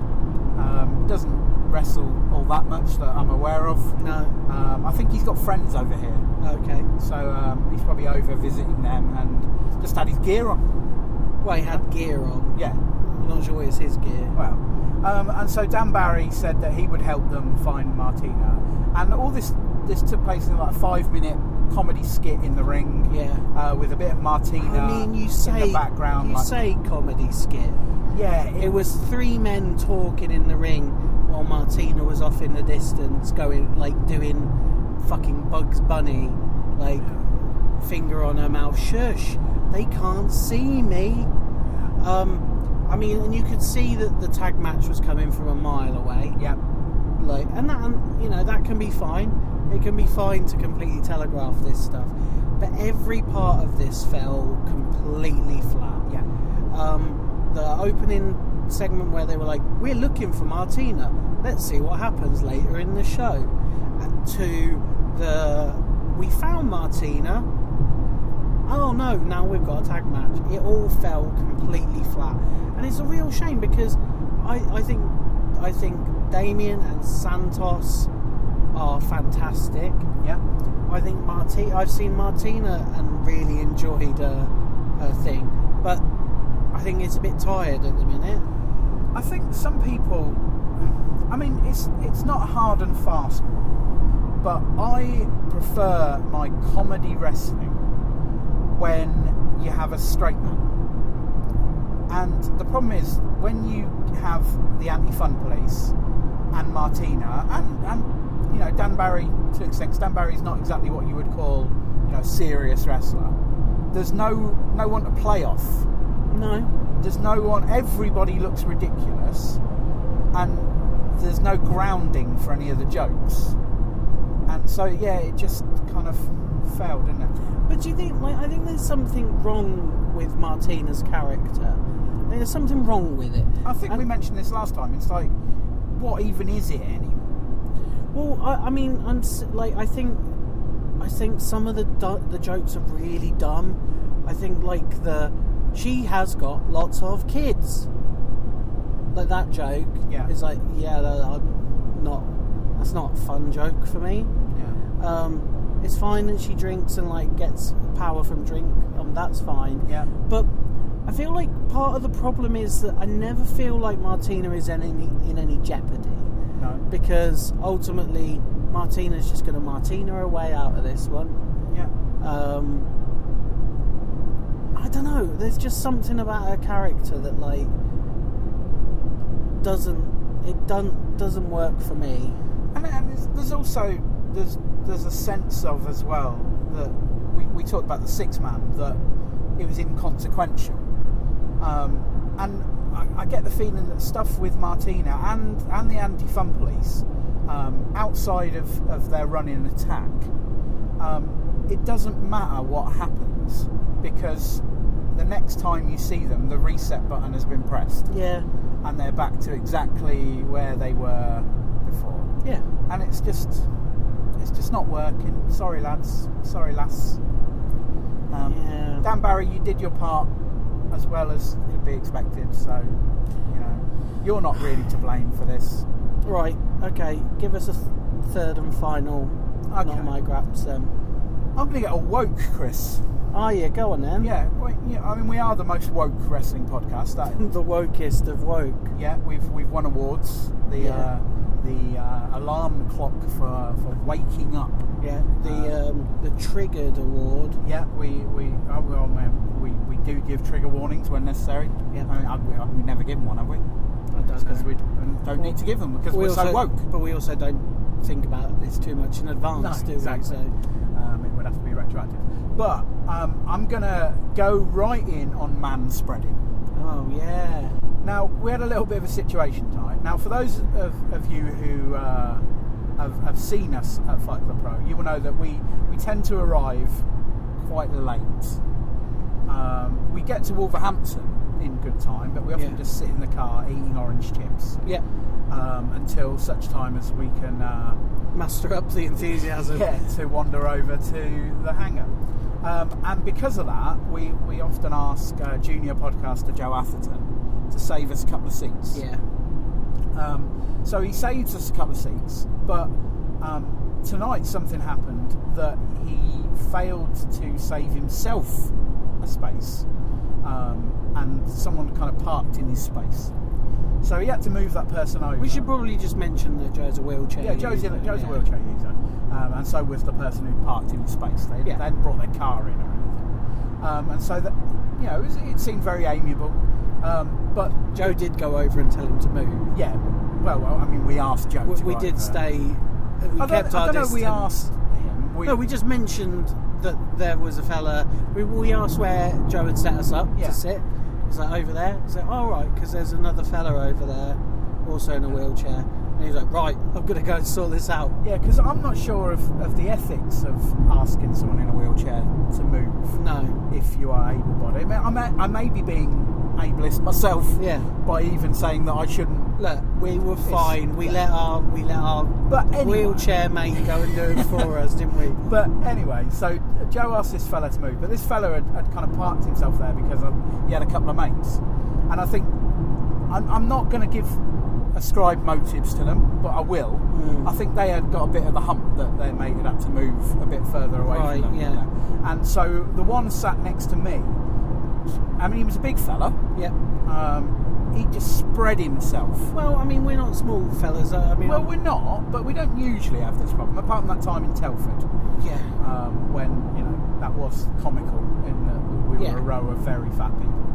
S3: Um, doesn't wrestle all that much that I'm aware of.
S2: No.
S3: Um, I think he's got friends over here,
S2: Okay.
S3: so um, he's probably over visiting them and just had his gear on.
S2: Well, he had gear on.
S3: Yeah,
S2: I'm not sure it's his gear.
S3: Well, um, and so Dan Barry said that he would help them find Martina, and all this this took place in like a five minute comedy skit in the ring,
S2: Yeah.
S3: uh, with a bit of Martina.
S2: I mean, you say
S3: in the background,
S2: you
S3: like,
S2: say comedy skit.
S3: yeah,
S2: It was three men talking in the ring while Martina was off in the distance, going like doing fucking Bugs Bunny, like finger on her mouth. Shush, they can't see me. Um, I mean, and you could see that the tag match was coming from a mile away.
S3: yeah,
S2: Like, and that, and, you know, that can be fine. It can be fine to completely telegraph this stuff, but every part of this fell completely flat
S3: yeah,
S2: um, the opening segment where they were like, "We're looking for Martina. Let's see what happens later in the show." Uh, To the "We found Martina." Oh no! Now we've got a tag match. It all fell completely flat, and it's a real shame because I, I think I think Damien and Santos are fantastic.
S3: yeah,
S2: I think Marti. I've seen Martina and really enjoyed her, her thing, but I think it's a bit tired at the minute.
S3: I think some people. I mean, it's it's not a hard and fast, rule, but I prefer my comedy wrestling when you have a straight man. And the problem is when you have the anti-fun police and Martina and and you know Dan Barry to an extent. 'cause Dan Barry's not exactly what you would call you know a serious wrestler. There's no no one to play off
S2: No,
S3: there's no one everybody looks ridiculous and there's no grounding for any of the jokes and so yeah it just kind of failed didn't it
S2: but do you think? Like, I think there's something wrong with Martina's character. I think There's something wrong with it.
S3: i think we
S2: And-
S3: mentioned this last time it's like what even is it anymore
S2: Well, I, I mean, I'm s- like, I think, I think some of the du- the jokes are really dumb, I think like the she has got lots of kids. Like that joke
S3: Yeah.
S2: is like yeah, that, I'm not. That's not a fun joke for me.
S3: Yeah.
S2: Um, it's fine that she drinks and like gets power from drink. Um, that's fine.
S3: Yeah.
S2: But I feel like part of the problem is that I never feel like Martina is in any in any jeopardy
S3: No.
S2: because ultimately Martina's just going to Martina her way out of this one.
S3: Yeah.
S2: Um, I don't know. There's just something about her character that like doesn't it doesn't doesn't work for me.
S3: And, and there's, there's also there's there's a sense of as well that we, we talked about the six man that it was inconsequential, um, and I, I get the feeling that stuff with Martina and and the anti fun police um, outside of, of their running attack, um, it doesn't matter what happens because the next time you see them, the reset button has been pressed
S2: Yeah,
S3: and they're back to exactly where they were before
S2: yeah.
S3: and it's just it's just not working. Sorry, lads. Sorry, lass. Um,
S2: Yeah.
S3: Dan Barry, you did your part as well as could be expected. So you know you're not really to blame for this.
S2: Right. Okay. Give us a th- third and final.
S3: Okay.
S2: Not my graps. Um.
S3: I'm gonna get a woke, Chris.
S2: Oh yeah. Go on then.
S3: Yeah, well, yeah. I mean, we are the most woke wrestling
S2: [LAUGHS]
S3: podcast. That,
S2: the wokest of woke.
S3: yeah, we've we've won awards. The
S2: Yeah.
S3: uh, the uh, alarm clock for for waking up.
S2: Yeah. The um, the triggered award.
S3: Yeah, we we oh, well, um, we we do give trigger warnings when necessary.
S2: Yeah.
S3: I mean, I, we, we've never given one, have we?
S2: I don't
S3: Because
S2: know.
S3: we don't need to give them because
S2: We
S3: we're so
S2: also-
S3: woke.
S2: But we also don't think about this too much in advance, do
S3: exactly.
S2: we? So
S3: Um, it would have to be retroactive. But um, I'm gonna go right in on man spreading.
S2: Oh yeah.
S3: Now, we had a little bit of a situation tonight. Now, for those of, of you who uh, have, have seen us at Fight Club Pro, you will know that we, we tend to arrive quite late. Um, we get to Wolverhampton in good time, but we often
S2: Yeah.
S3: just sit in the car eating orange chips
S2: Yeah.
S3: um, until such time as we can uh,
S2: Muster up the enthusiasm.
S3: yeah, to wander over to the hangar. Um, and because of that, we, we often ask uh, junior podcaster Joe Atherton to save us a couple of seats.
S2: Yeah.
S3: Um, so he saves us a couple of seats, but um, tonight something happened that he failed to save himself a space, um, and someone kind of parked in his space. So he had to move that person over.
S2: We should probably just mention that Joe's a wheelchair.
S3: Yeah, Joe's, in,
S2: user,
S3: Joe's
S2: yeah.
S3: a wheelchair user, um, and so was the person who parked in his space. They,
S2: Yeah.
S3: they hadn't brought their car in or anything, um, and so that you know it, was, it seemed very amiable. Um, but
S2: Joe did go over and tell him to move.
S3: yeah, well, well I mean, we asked Joe.
S2: We,
S3: to
S2: we
S3: go
S2: did
S3: over.
S2: stay. We
S3: I don't,
S2: kept
S3: I
S2: our
S3: don't know.
S2: distance.
S3: We asked him. We,
S2: no, we just mentioned that there was a fella. We, we asked where Joe had set us up
S3: Yeah.
S2: to sit. He's like, over there. He's like, all right, because there's another fella over there, also in a wheelchair. And he's like, right, I've got to go and sort this out.
S3: yeah, because I'm not sure of, of the ethics of asking someone in a wheelchair to move
S2: No.
S3: if you are able-bodied. I, mean, I, may, I may be being ableist myself
S2: Yeah.
S3: by even saying that I shouldn't.
S2: Look, we were fine. We let our we let our
S3: But anyway.
S2: wheelchair mate go and do
S3: [LAUGHS]
S2: it for us, didn't we?
S3: But anyway, so Joe asked this fella to move, but this fella had, had kind of parked himself there because um, he had a couple of mates, and I think I'm, I'm not going to give ascribed motives to them, but I will.
S2: Mm.
S3: I think they had got a bit of the hump that their mate had had to move a bit further away
S2: Right,
S3: from them.
S2: yeah.
S3: know. And so the one sat next to me. I mean, he was a big fella.
S2: Yep.
S3: Um, he just spread himself.
S2: Well, I mean, we're not small fellas. I I mean,
S3: Well, we're not, but we don't usually have this problem, apart from that time in Telford
S2: yeah.
S3: um, when you know that was comical in that we were
S2: Yeah.
S3: a row of very fat people.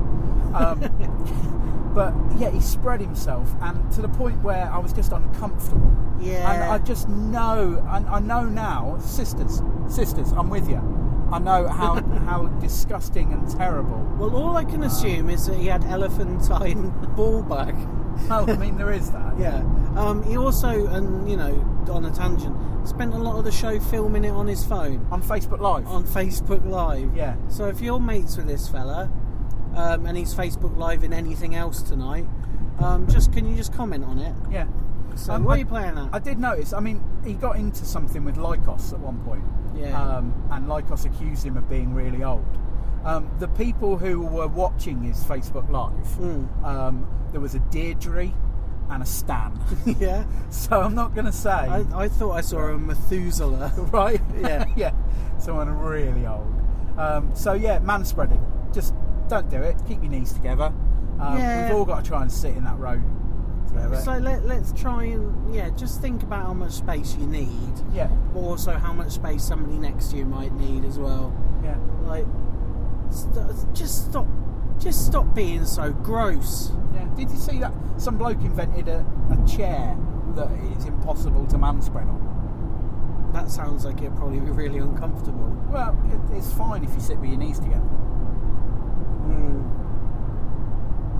S3: Um,
S2: [LAUGHS]
S3: but yeah, he spread himself, and to the point where I was just uncomfortable.
S2: Yeah.
S3: And I just know, and I know now, sisters, sisters, I'm with you. I know
S2: [LAUGHS]
S3: how how disgusting and terrible.
S2: Well, all I can assume is that he had elephantine [LAUGHS] ball back.
S3: Well, I mean, there is that.
S2: Yeah. Um, he also, and you know, on a tangent, spent a lot of the show filming it on his phone
S3: On Facebook Live.
S2: on Facebook Live.
S3: Yeah.
S2: So if you're mates with this fella, um, and he's Facebook Live in anything else tonight, um, just can you just comment on it?
S3: Yeah.
S2: So
S3: Um,
S2: what
S3: I-
S2: are you playing at?
S3: I did notice. I mean, he got into something with Lycos at one point.
S2: Yeah.
S3: Um, and Lycos accused him of being really old. Um, the people who were watching his Facebook Live,
S2: Mm. [LAUGHS]
S3: um, there was a Deirdre and a Stan. [LAUGHS]
S2: yeah.
S3: so I'm not going to say.
S2: I, I thought I saw a
S3: [LAUGHS]
S2: Methuselah.
S3: right?
S2: Yeah.
S3: yeah. Someone really old. Um, so yeah, man spreading. Just don't do it. Keep your knees together. Um,
S2: Yeah.
S3: We've all got to try and sit in that row together.
S2: So let, let's try and, yeah, just think about how much space you need,
S3: yeah,
S2: but also how much space somebody next to you might need as well.
S3: yeah,
S2: Like, st- just stop, just stop being so gross.
S3: yeah. Did you see that some bloke invented a, a chair that is impossible to man spread on?
S2: That sounds like it'd probably be really uncomfortable.
S3: Well, it, it's fine if you sit with your knees together.
S2: Hmm.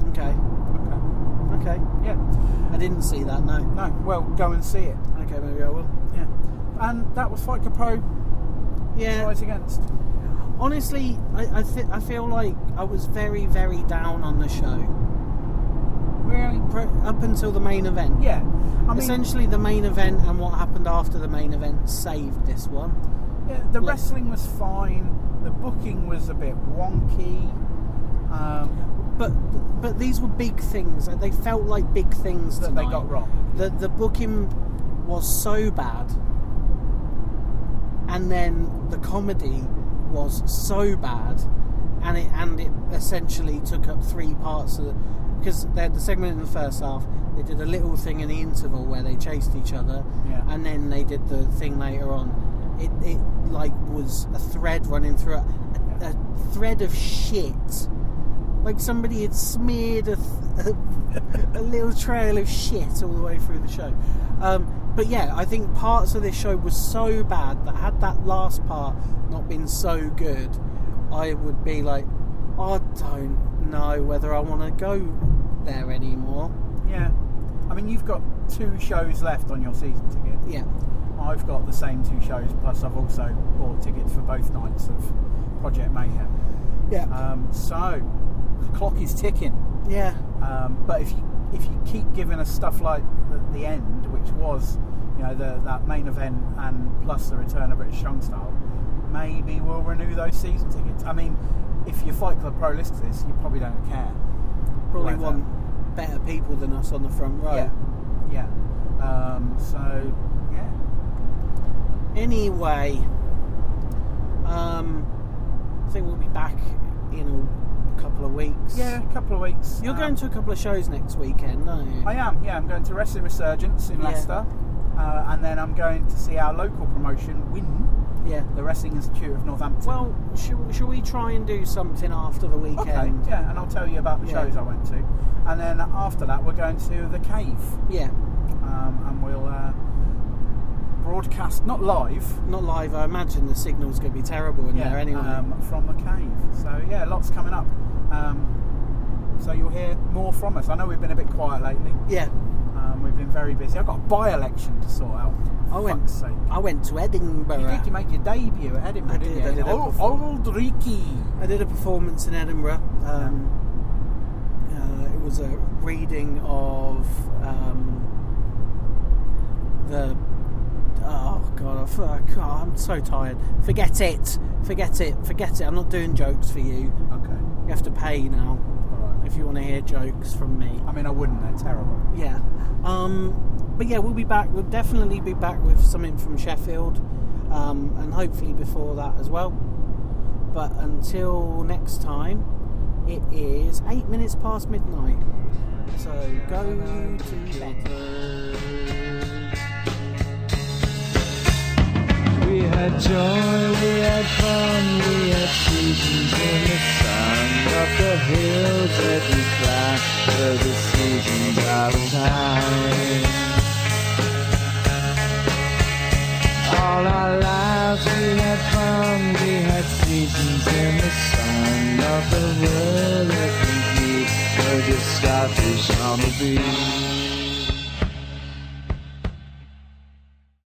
S2: Okay,
S3: Okay.
S2: okay.
S3: Yeah.
S2: I didn't see that. No.
S3: No. Well, go and see it.
S2: Okay, maybe I will.
S3: Yeah. And that was Fight Pro
S2: Yeah.
S3: Rise Against.
S2: Honestly, I I, fe- I feel like I was very very down on the show
S3: Really?
S2: Pro- up until the main event.
S3: Yeah. I mean,
S2: Essentially, the main event and what happened after the main event saved this one.
S3: Yeah, the
S2: Like-
S3: wrestling was fine. The booking was a bit wonky. Um,
S2: But but these were big things. Like, They felt like big things
S3: that they
S2: tonight.
S3: got wrong.
S2: the the booking was so bad and then the comedy was so bad and it and it essentially took up three parts of the, because they had the segment in the first half they did a little thing in the interval where they chased each other
S3: Yeah.
S2: and then they did the thing later on it, it like was a thread running through it, a, a thread of shit like somebody had smeared a, th- a, a little trail of shit all the way through the show. Um, but yeah, I think parts of this show was so bad that had that last part not been so good, I would be like, I don't know whether I want to go there anymore.
S3: Yeah. I mean, you've got two shows left on your season ticket.
S2: Yeah,
S3: I've got the same two shows, plus I've also bought tickets for both nights of Project Mayhem.
S2: yeah,
S3: Um, so, the clock is ticking.
S2: yeah,
S3: Um, but if you, if you keep giving us stuff like the, the end, which was you know the, that main event and plus the return of British Strong Style, maybe we'll renew those season tickets. I mean, if your Fight Club Pro listens to this, you probably don't care.
S2: probably
S3: Like that.
S2: want better people than us on the front row.
S3: Yeah. Yeah. Um, so yeah.
S2: Anyway, um, I think we'll be back in a couple of weeks.
S3: Yeah, a couple of weeks.
S2: You're
S3: Um,
S2: going to a couple of shows next weekend, aren't you?
S3: I am. Yeah, I'm going to Wrestling Resurgence in
S2: Yeah.
S3: Leicester, uh, and then I'm going to see our local promotion, Win,
S2: yeah.
S3: the Wrestling Institute of Northampton.
S2: Well, shall, shall we try and do something after the weekend?
S3: Okay, yeah, and I'll tell you about the
S2: Yeah.
S3: shows I went to. And then after that, we're going to the cave
S2: Yeah.
S3: um, and we'll uh, broadcast, not live,
S2: Not live. I imagine the signal's going to be terrible in there anyway.
S3: um, from the cave. So, yeah, lots coming up. Um, so, you'll hear more from us. I know we've been a bit quiet lately,
S2: yeah.
S3: um, we've been very busy. I've got a by election to sort out.
S2: I went.
S3: Fuck's sake.
S2: Oh, I went to Edinburgh.
S3: You did, you make your debut at Edinburgh,
S2: I
S3: didn't
S2: did,
S3: you?
S2: I did.
S3: Old, old Ricky.
S2: I did a performance in Edinburgh. Um, uh, it was a reading of um, the. Oh god, I for- God, I'm so tired. Forget it. Forget it. Forget it. I'm not doing jokes for you.
S3: Okay,
S2: You have to pay now
S3: alright.
S2: if you want to hear jokes from me.
S3: I mean, I wouldn't, they're terrible.
S2: Yeah. Um, but yeah, we'll be back. We'll definitely be back with something from Sheffield, um, and hopefully before that as well. But until next time, it is eight minutes past midnight. So go to bed.
S1: We had joy, we had fun, we had seasons in the sun. Up the hills that we climbed, were the seasons out of time. All our lives we had fun, we had seasons in the sun. Of the world that we keep, were just starfish on the beach.